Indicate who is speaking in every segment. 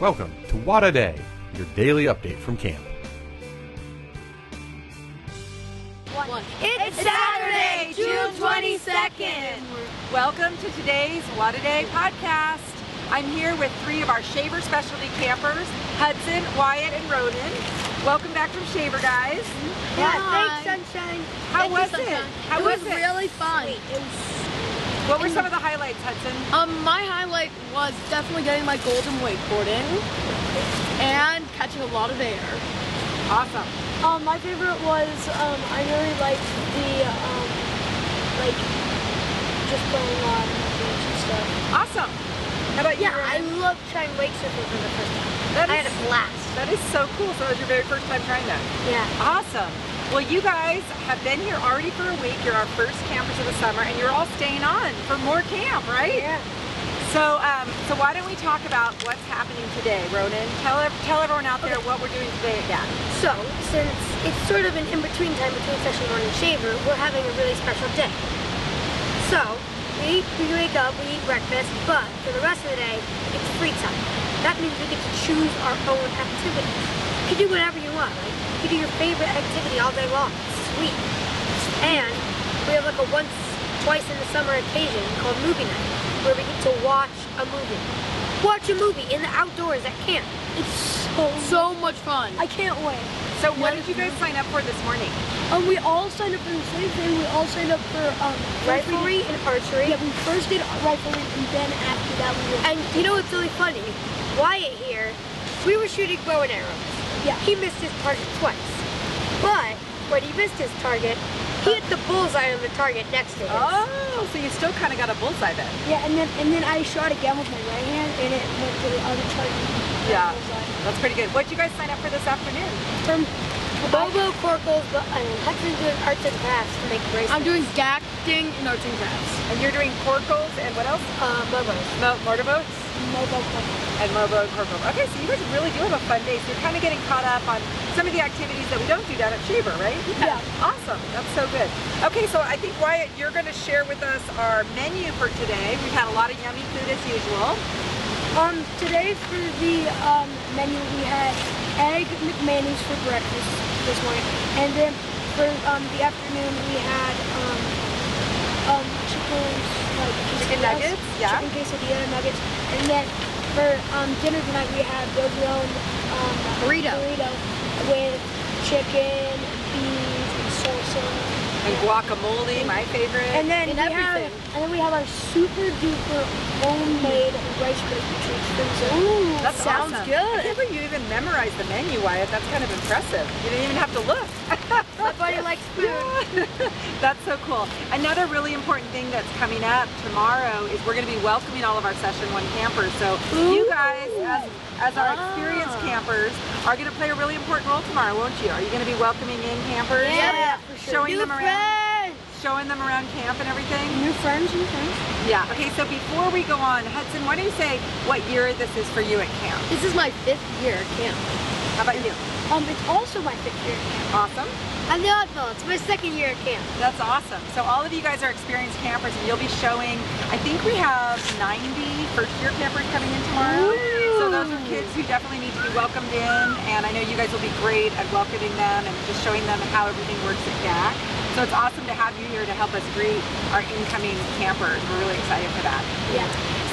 Speaker 1: Welcome to What a Day, your daily update from camp.
Speaker 2: It's Saturday, June 22nd.
Speaker 3: Welcome to today's What a Day podcast. I'm here with three of our shaver specialty campers, Hudson, Wyatt, and Ronan. Welcome back from Shaver, guys.
Speaker 2: Yeah, thanks, Sunshine.
Speaker 3: How was it? How
Speaker 2: it
Speaker 3: was
Speaker 2: was,
Speaker 3: it?
Speaker 2: really fun.
Speaker 3: What were some of the highlights, Hudson?
Speaker 2: Um, my highlight was definitely getting my golden wakeboard in and catching a lot of air.
Speaker 3: Awesome.
Speaker 4: Um, my favorite was um, I really liked the um, like just playing on waves and stuff.
Speaker 3: Awesome. How about you? Ronan?
Speaker 4: love trying wake surfing for the first time.
Speaker 3: That is-
Speaker 4: blast.
Speaker 3: that is so cool. So that was your very first time trying that.
Speaker 4: Yeah.
Speaker 3: Awesome. Well, you guys have been here already for a week. You're our first campers of the summer, and you're all staying on for more camp, right?
Speaker 4: Yeah.
Speaker 3: So, um, so why don't we talk about what's happening today, Ronan? Tell ev- tell everyone out there what we're doing today at DAC.
Speaker 5: So, since it's sort of an in-between time between session one and shaver, we're having a really special day. So, we, we wake up, we eat breakfast, but for the rest of the day, it's free time. That means we get to choose our own activities. You can do whatever you want, like, you can do your favorite activity all day long. It's sweet. And we have like a once, twice in the summer occasion called movie night, where we get to watch a movie. Watch a movie in the outdoors at camp.
Speaker 4: It's so,
Speaker 2: So much fun.
Speaker 4: I can't wait.
Speaker 3: So, what did you guys sign up for this morning?
Speaker 4: Um, we all signed up for the same thing. We all signed up for um
Speaker 5: Riflery and archery.
Speaker 4: Yeah, we first did riflery, and then after that we were
Speaker 5: And you know what's really funny? Wyatt here, we were shooting bow and arrows.
Speaker 4: Yeah.
Speaker 5: He missed his target twice. But when he missed his target, he hit the bullseye on the target next to him.
Speaker 3: Oh, so you still kind of got a bullseye then.
Speaker 4: yeah, and then and then I shot again with my right hand, and it went to the other target.
Speaker 3: Yeah.
Speaker 4: It was like-
Speaker 3: That's pretty good. What did you guys sign up for this afternoon?
Speaker 5: From Bobo Corkles, but I mean, Hudson's doing arts and crafts to make bracelets.
Speaker 2: I'm doing gacking and arts and crafts.
Speaker 3: And you're doing corkles and what else?
Speaker 5: uh, Bobos.
Speaker 3: Mo- motorboats
Speaker 4: mobile phone.
Speaker 3: and mobo and corkles. Okay, so you guys really do have a fun day. So you're kind of getting caught up on some of the activities that we don't do down at Shaver, right?
Speaker 4: Yeah.
Speaker 3: Awesome. That's so good. Okay, so I think Wyatt, you're going to share with us our menu for today. We've had a lot of yummy food as usual.
Speaker 4: Um, today for the um, menu we had egg McManus for breakfast this morning, and then for um, the afternoon we had um, um, chicken like
Speaker 3: Chicken
Speaker 4: quesadillas,
Speaker 3: nuggets, yeah.
Speaker 4: chicken quesadilla nuggets, and then for um, dinner tonight we had Dobron um,
Speaker 2: Burrito.
Speaker 4: burrito with chicken, beans, and salsa.
Speaker 3: And guacamole, my favorite.
Speaker 4: And then
Speaker 2: And
Speaker 4: we have,
Speaker 2: everything.
Speaker 4: and then we have our super duper homemade rice crispy treats from Zoom.
Speaker 3: That's
Speaker 2: Sounds
Speaker 3: awesome.
Speaker 2: good.
Speaker 3: I can't believe you even memorized the menu, Wyatt. That's kind of impressive. You didn't even have to look.
Speaker 5: My buddy likes food.
Speaker 3: That's so cool. Another really important thing that's coming up tomorrow is we're going to be welcoming all of our session one campers. So you guys, as, as our experienced campers, are going to play a really important role tomorrow, won't you? Are you going to be welcoming in campers?
Speaker 5: Yeah, for sure.
Speaker 3: Showing
Speaker 5: New
Speaker 3: them around. Showing them around camp and everything.
Speaker 4: New friends, new friends.
Speaker 3: Yeah. Okay. So before we go on, Hudson, why don't you say what year this is for you at camp?
Speaker 2: This is my fifth year at camp.
Speaker 3: How about you?
Speaker 4: Um, it's also my fifth year.
Speaker 3: Awesome.
Speaker 5: I'm the oddball. It's my second year at camp.
Speaker 3: That's awesome. So all of you guys are experienced campers, and you'll be showing. I think we have 90 first-year campers coming in tomorrow. So those are kids who definitely need to be welcomed in, and I know you guys will be great at welcoming them and just showing them how everything works at DAC. So it's awesome to have you here to help us greet our incoming campers. We're really excited for that.
Speaker 4: Yeah.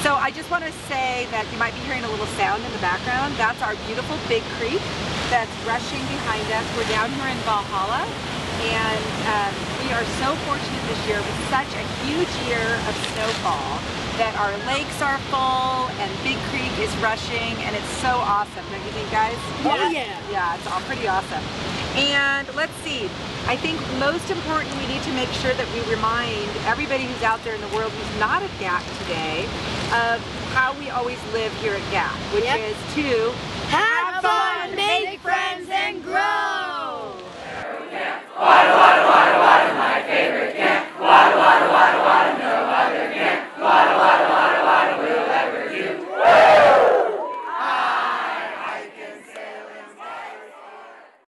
Speaker 3: So I just want to say that you might be hearing a little sound in the background. That's our beautiful Big Creek that's rushing behind us. We're down here in Valhalla, and um, we are so fortunate this year with such a huge year of snowfall that our lakes are full and Big Creek is rushing, and it's so awesome. Don't you think, guys?
Speaker 2: Oh, yeah.
Speaker 3: Yeah, it's all pretty awesome. And let's see, I think most important we need to make sure that we remind everybody who's out there in the world who's not at GAP today of how we always live here at GAP, which
Speaker 5: Yep.
Speaker 3: is to
Speaker 5: Have fun, make friends, and grow.
Speaker 3: What